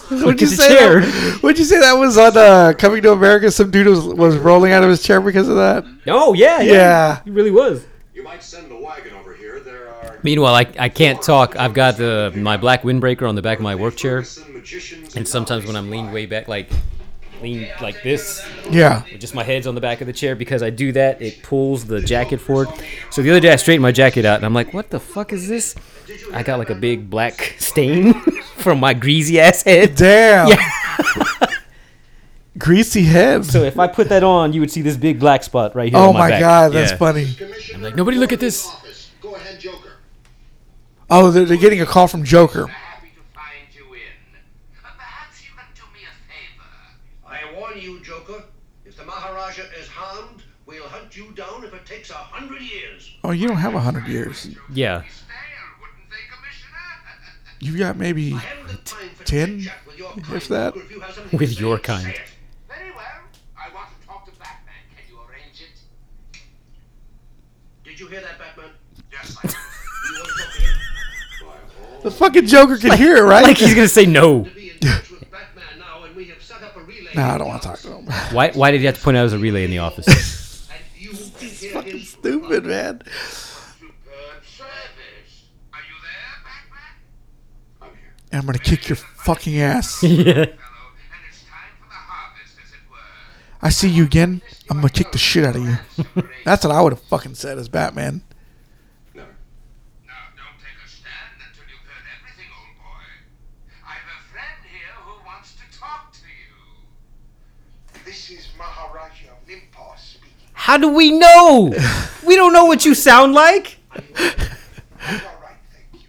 What'd you
at the
say?
chair.
that- What'd you say that was on uh, Coming to America? Some dude was, was rolling out of his chair because of that.
Oh, yeah,
Yeah.
He really was.
You might send the wagon over here. There are
Meanwhile, I, I can't talk. I've got the my black windbreaker on the back of my work chair,
Ferguson magicians
and sometimes when I'm leaned way back, like leaned like this,
Yeah.
with just my head's on the back of the chair because I do that, it pulls the jacket forward. So the other day I straightened my jacket out and I'm like, what the fuck is this? I got like a big black stain from my greasy ass head.
Damn. Greasy head.
So if I put that on, you would see this big black spot right here.
oh
on my,
my
back.
god, that's
Yeah.
funny.
I'm like, nobody look at this.
Go ahead, Joker.
Oh, they're, they're getting a call from Joker.
happy to find you in. Uh, Perhaps you can do me a favor.
I warn you, Joker. If the Maharaja is harmed, we'll hunt you down if it takes a hundred years.
Oh, you don't have a hundred years.
Yeah.
Stale, wouldn't they, Commissioner?
You've got maybe ten, if that.
With your kind.
Very well. I want to talk to Batman. Can you arrange it?
Did you hear that, Batman?
Yes, I
You want Joker?
The fucking Joker can hear it, right?
Like he's gonna say no.
Be in touch with Batman now, and we have set up a relay.
nah, I don't want to talk to him.
Why, why did you have to point out as a relay in the office?
And you can hear
fucking
his-
stupid, man.
Superb service. Are you there, Batman?
I'm here.
And I'm gonna kick your fucking ass.
yeah.
Hello. And it's time for the harvest, as it were.
I see you again. I'm gonna kick the shit out of you. That's what I would have fucking said as Batman.
Never.
Now, don't take a stand until you've heard everything, old boy. I've a friend here who wants to talk to you.
This is Maharaja Limpar speaking.
How do we know? We don't know what you sound like.
I'm all right, thank you.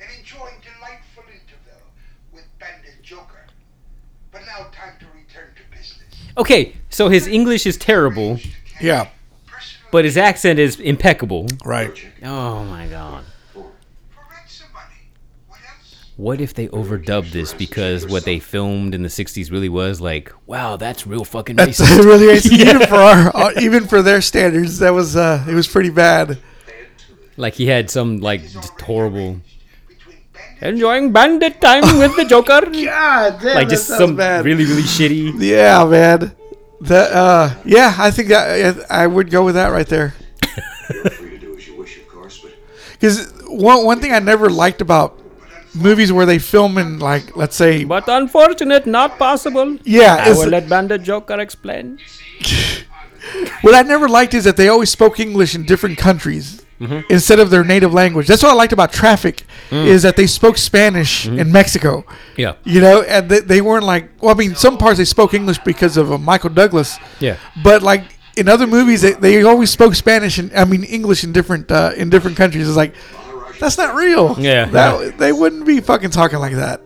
And enjoying delightful interval with Bandit Joker. But now time to return to business.
Okay, so his English is terrible,
Yeah.
Personal
but his accent is impeccable.
Right.
Oh my god.
correct somebody. What else?
What if they overdubbed this because what they filmed in the 60s really was like, wow, that's real fucking
That's
racist.
really even for our, uh, even for their standards, that was uh, it was pretty bad.
like he had some like just horrible
Between Bandit
enjoying bandit time with the Joker.
God damn,
like just some really really shitty.
Yeah, man. That uh, yeah, I think that I, I would go with that right there.
You're free to do as you wish, of course, but
Because one one thing I never liked about movies where they film in like let's say
But unfortunate, not possible.
yeah,
I
is,
will let Bandit Joker explain.
what I never liked is that they always spoke English in different countries
Mm-hmm.
instead of their native language. That's what I liked about Traffic is that they spoke Spanish in Mexico.
Mm. Mm-hmm. Yeah.
You know, and they, they weren't like well, I mean, some parts they spoke English because of uh, Michael Douglas.
Yeah.
But like in other movies, they, they always spoke Spanish and I mean English in different uh, in different countries. It's like that's not real.
Yeah.
That, they wouldn't be fucking talking like that.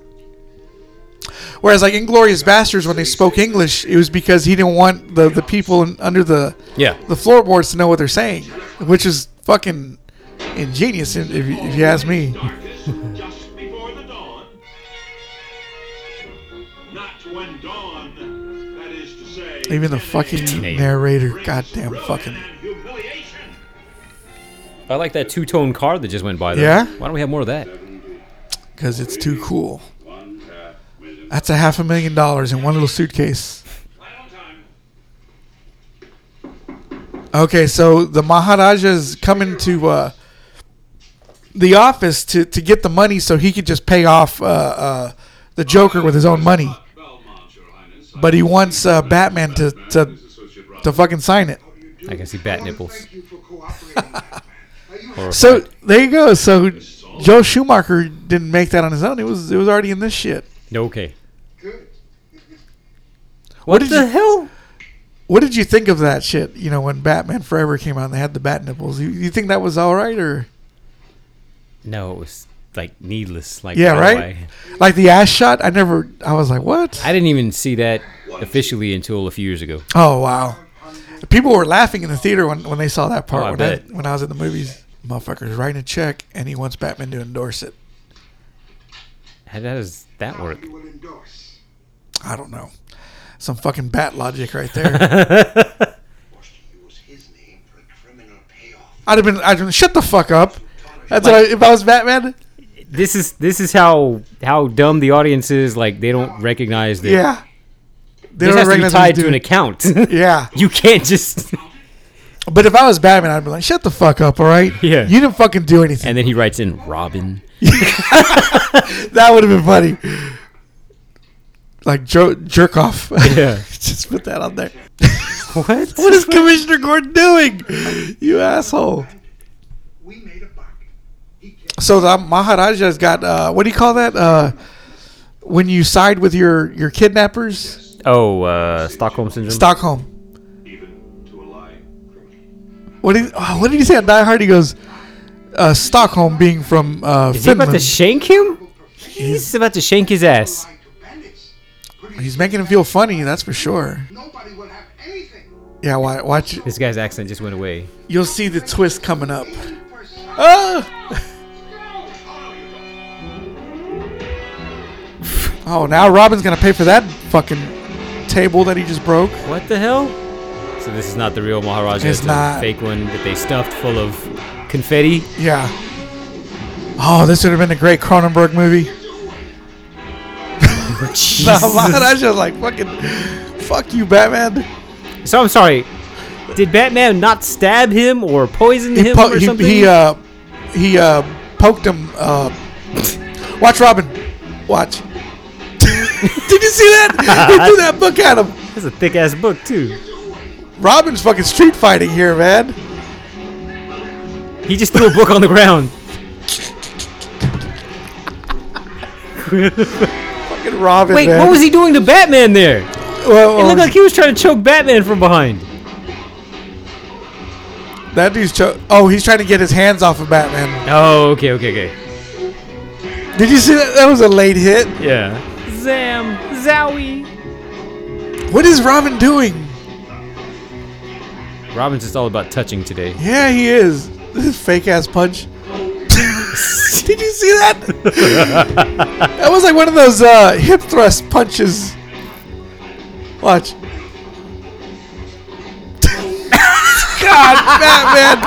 Whereas like Inglorious Bastards, when they spoke English, it was because he didn't want the the people in, under the
Yeah.
the floorboards to know what they're saying, which is fucking ingenious if, if you- if you ask me.
darkest, just before the dawn. Not when dawn, that is to say.
Even
10
the fucking
a.m.
narrator,
brings
goddamn
ruin
fucking.
and humiliation.
I like that two-tone car that just went by there.
Yeah?
Why don't we have more of that?
because it's too cool. That's a half a million dollars in one little suitcase. Okay, so the Maharaja is coming to uh, the office to, to get the money so he could just pay off uh, uh, the Joker with his own money. But he wants uh, Batman to, to, to fucking sign it.
do.
I can see bat
wanna
nipples.
Thank you for cooperating, Batman. Now, you have
So there you go. So Joe Schumacher didn't make that on his own. It was it was already in this shit.
No, okay.
good.
What,
did
the
you-
hell?
What did you think of that shit? You know, when Batman Forever came out, and they had the bat nipples. You, you think that was all right, or
No, it was like needless. Like
yeah,
why-
right? Like the ass shot. I never. I was like, what?
I didn't even see that officially until a few years ago.
Oh wow! People were laughing in the theater when, when they saw that part.
Oh, I
when
bet.
I when I was at the movies, motherfucker's writing a check and he wants Batman to endorse it.
How does that work?
You will endorse.
I don't know. Some fucking bat logic right there.
Was to use his name for a criminal payoff.
I'd have been. I'd have been, shut the fuck up. That's what I, if I was Batman.
This is this is how how dumb the audience is. Like they don't recognize that
Yeah. They
this
don't
has to be
recognize what
tied
he's
to an
doing.
account.
Yeah,
you can't just.
but if I was Batman, I'd be like, "Shut the fuck up, all right?
Yeah.
you didn't fucking do anything.
And then he writes in Robin.
that would have been funny. Like jer- jerk off.
Yeah.
just put that on there.
What?
What is Commissioner Gordon doing? You asshole.
We made a bargain. He came
So the Maharaja's got uh, what do you call that? Uh, when you side with your your kidnappers,
Oh, uh, Stockholm syndrome.
Stockholm.
Even to a lying criminal.
What did oh, what did he say on Die Hard? He goes, uh, Stockholm being from uh,
Is he about
Finland.
to shank him? He's about to shank his ass.
to bandits. Could he
He's making him feel funny, that's for sure.
Nobody will have anything.
Yeah, wa- watch.
This guy's accent just went away.
You'll see the twist coming up.
Two persons.
Oh, oh now Robin's gonna pay for that fucking table that he just broke.
What the hell? So this is not the real Maharaja.
It's
a
not.
fake one that they stuffed full of confetti.
Yeah. Oh, this would have been a great Cronenberg movie. The Maharaja's like fucking, fuck you, Batman.
So I'm sorry. Did Batman not stab him or poison
He
him
po-
or
he,
something?
he uh he uh poked him. Uh, watch Robin. Watch. Did you see that? he threw that book at him.
That's a thick ass book too.
Robin's fucking street fighting here, man.
He just threw a book on the ground.
Fucking Robin.
Wait,
man.
what was he doing to Batman there?
Well,
It looked like he was trying to choke Batman from behind.
that dude's. Cho- oh, he's trying to get his hands off of Batman.
Oh, okay, okay, okay.
Did you see that? That was a late hit.
Yeah. Zam, Zowie.
What is Robin doing?
Robin's just all about touching today.
Yeah, he is. This fake ass punch. Did you see that? that was like one of those uh, hip thrust punches. Watch. God, Batman.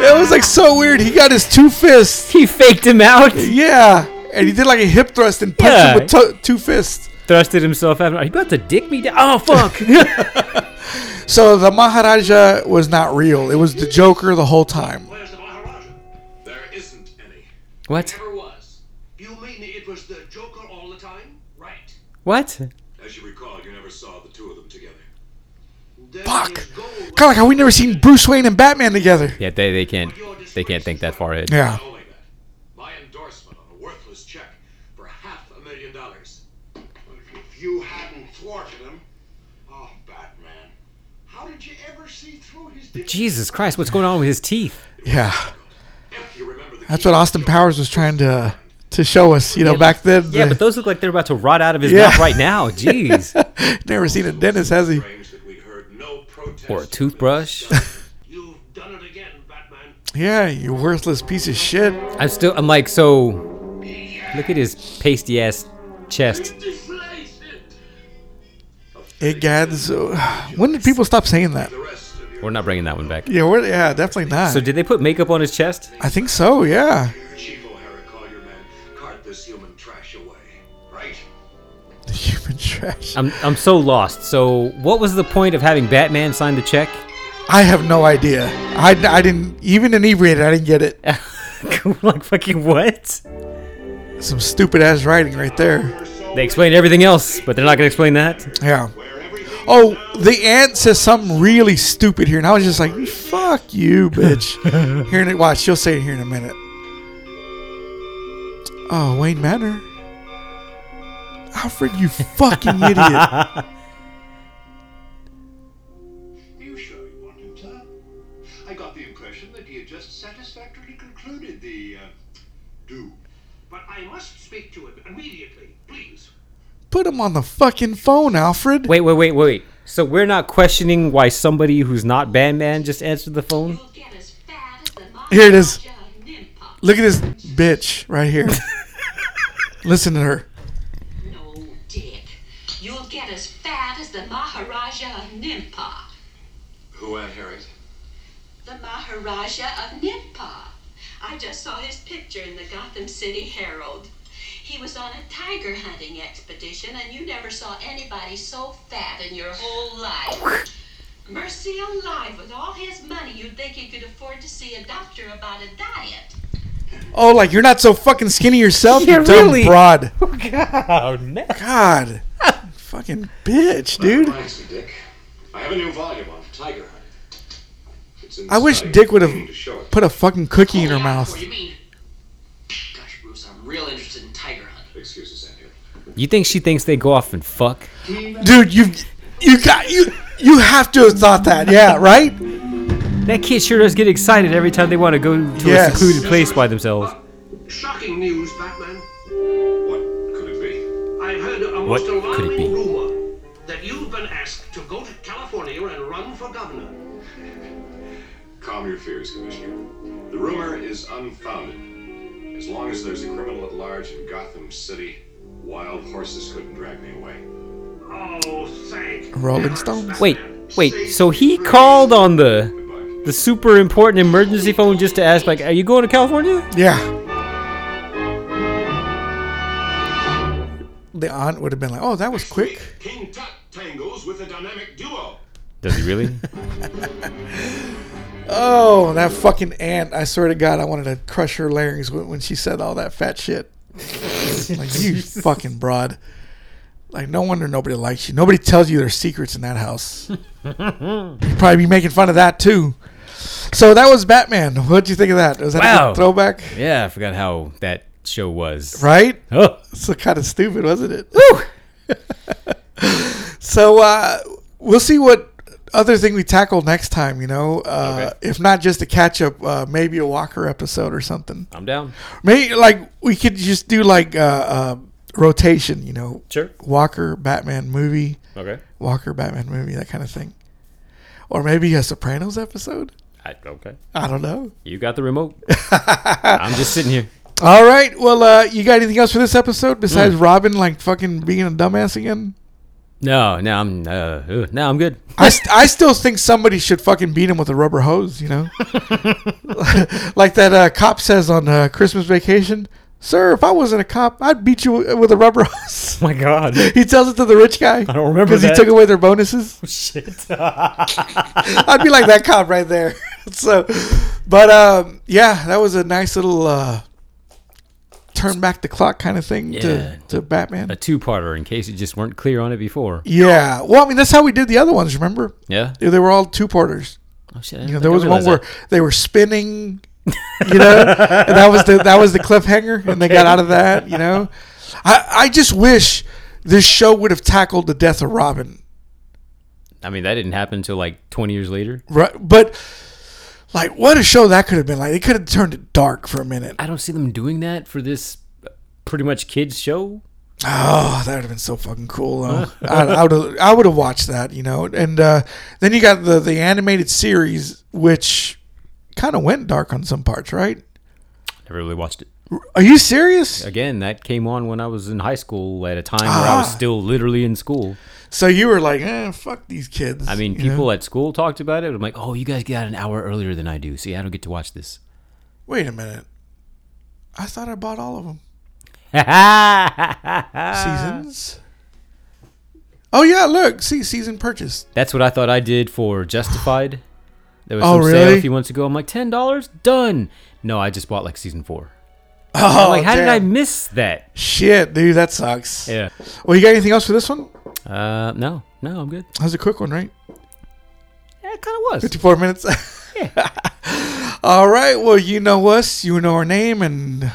That was like so weird. He got his two fists.
He faked him out.
Yeah. And he did like a hip thrust and punched him with to- two fists.
Thrusted himself out. Are you about to dick me down? Oh fuck!
So the Maharaja was not real. It was the Joker the whole time.
Where's the Maharaja? There isn't any.
what?
Never was. You mean it was the Joker all the time? Right.
What?
As you recall, you never saw the two of them together.
There
Fuck.
is gold
Kind of like how we never seen Bruce Wayne and Batman together.
Yeah, they, they can't they can't think that far ahead.
Yeah.
Not only that, my endorsement on a worthless check for half a million dollars.
If you hadn't thwarted him, oh, Batman, how did you ever see through his
Jesus Christ, what's going on with his teeth?
Yeah.
If you remember the
That's what Austin Powers was trying to to show us, you know, back then.
Yeah, but those look like they're about to rot out of his
Yeah.
mouth right now. Jeez.
never seen a dentist, has he?
range that we heard no protest.
or a toothbrush.
You've done it again, Batman.
Yeah, you worthless piece of shit.
I'm still I'm like so. Look at his pasty ass chest.
Deflate it.
Igads. uh, When did people stop saying that?
The rest of your
We're not bringing that one back.
Yeah, we're, yeah, definitely not.
So did they put makeup on his chest?
I think so. Yeah,
Chief O'Hara, call your men. Cart this human trash away. Right?
the human trash.
I'm I'm so lost. So what was the point of having Batman sign the check?
I have no idea. I, I didn't even inebriated. I didn't get it.
like fucking what?
Some stupid ass writing right there.
They explain everything else, but they're not gonna explain that.
Yeah. oh, the aunt says something really stupid here, and I was just like, fuck you, bitch. here in it, watch, she'll say it here in a minute. Oh, Wayne Manor. Alfred, you fucking idiot.
You sure you want him, sir? I got the impression that he had just satisfactorily concluded the uh, do. But I must speak to him immediately, please.
Put him on the fucking phone, Alfred.
Wait, wait, wait, wait. So we're not questioning why somebody who's not Batman just answered the phone?
You'll get as fat as the
Here it is.
Maharaja Nimpa.
Look at this bitch right here. Listen to her.
No, Dick. You'll get as fat as the Maharaja of Nimpa.
Who Aunt Harriet?
The Maharaja of Nimpa. I just saw his picture in the Gotham City Herald. He was on a tiger hunting expedition, and you never saw anybody so fat in your whole life. Mercy alive, with all his money, you'd think he could afford to see a doctor about a diet.
Oh, like you're not so fucking skinny yourself,
Yeah,
you dumb
really.
broad.
God, Oh, no.
God. fucking bitch, dude.
Reminds me, Dick. I have a new volume on tiger hunting. It's in
I wish
sight.
Dick would
Need to show
have
it. Oh,
put a fucking cookie in her
Yeah,
mouth.
What do you mean? Gosh, Bruce, I'm real interested in tiger hunting.
Excuses, Aunt Harriet.
You think she thinks they go off and fuck?
Dude, you you got you you have to have thought that. Yeah, right?
That kid sure does get excited every time they want to go to
Yes.
a secluded place by themselves.
Shocking news, Batman.
What could it be?
I've heard a
What
most
could it be?
alarming rumor that you've been asked to go to California and run for governor.
Calm your fears, Commissioner. The rumor is unfounded. As long as there's a criminal at large in Gotham City, wild horses couldn't drag me away.
Oh, thank
Rolling
heavens,
Stones.
Wait,
Batman.
wait.
Save
So
me
he
from
called on the
Goodbye.
the super important emergency phone just to ask, like, "Are you going to California?"
Yeah. The aunt would have been like, "Oh, that was quick."
King Tut tangles with a dynamic duo.
Does he really?
Oh, that fucking aunt! I swear to God, I wanted to crush her larynx when, when she said all that fat shit. like you fucking broad. Like no wonder nobody likes you. Nobody tells you their secrets in that house. You'd probably be making fun of that too. So that was Batman. What'd you think of that? Was that a
Wow.
good throwback?
yeah, I forgot how that show was.
Right?
Oh,
So kind of stupid, wasn't it? so uh, we'll see what other thing we tackle next time. You know, uh, if not just a catch up, uh, maybe a Walker episode or something.
I'm down.
Maybe like we could just do like uh, uh, rotation. You know,
Sure.
Walker Batman movie,
Okay.
Walker Batman movie, that kind of thing. Or maybe a Sopranos episode.
I, okay.
I don't know.
You got the remote. I'm just sitting here.
All right. Well, uh, you got anything else for this episode besides Robin like fucking being a dumbass again?
No, no, I'm uh, uh, no, I'm good.
I, st- I still think somebody should fucking beat him with a rubber hose, you know? like that uh, cop says on uh, Christmas vacation, Sir, if I wasn't a cop, I'd beat you wi- with a rubber hose.
my God.
he tells it to the rich guy. I
don't remember
Because he
that.
took away their bonuses.
Shit.
I'd be like that cop right there. so, but um, yeah, that was a nice little uh, turn back the clock kind of thing
Yeah.
to, to Batman.
A two-parter, in case you just weren't clear on it before.
yeah. Well, I mean, that's how we did the other ones, remember?
Yeah.
They were all two parters.
Oh shit. I
You know, there
didn't think I
was one
realized
where
that.
they were spinning, you know, and that was the that was the cliffhanger, and they got out of that. You know, I I just wish this show would have tackled the death of Robin,
I mean, that didn't happen until like 20 years later.
right? But like, what a show that could have been! Like, it could have turned it dark for a minute.
I don't see them doing that for this uh, pretty much kids show.
Oh, that would have been so fucking cool. Though. I, I would have I would have watched that, you know. And uh, then you got the the animated series, which kind of went dark on some parts, right?
Never really watched it.
Are you serious?
Again, that came on when I was in high school at a time where I was
Ah.
still literally in school.
So you were like, eh, fuck these kids.
I mean,
you know?
people at school talked about it. I'm like, oh, you guys get out an hour earlier than I do. See, I don't get to watch this.
Wait a minute. I thought I bought all of them.
Uh,
Seasons. Oh yeah, look, see, season purchased.
That's what I thought I did for Justified. There was
Oh,
some sale
really?
a few months ago. I'm like, ten dollars, done. No, I just bought like season four.
Oh,
I'm like, how did I
damn.
miss that?
Shit, dude, that sucks.
Yeah.
Well, you got anything else for this one?
Uh, no, No, I'm good.
That was a quick one, right?
That kind of was.
54 minutes. All right. Well, you know us. You know our name. And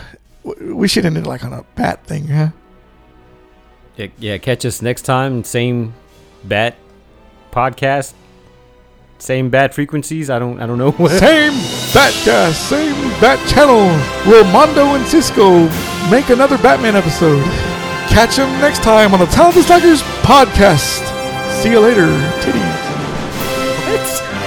w- we should end it like on a bat thing, huh?
Yeah, yeah, catch us next time. Same bat podcast, same bat frequencies. I don't, I don't know what.
Same bat guy, same bat channel. Will Mondo and Cisco make another Batman episode? Catch them next time on the Talented Slackers podcast. See you later, titties.
What?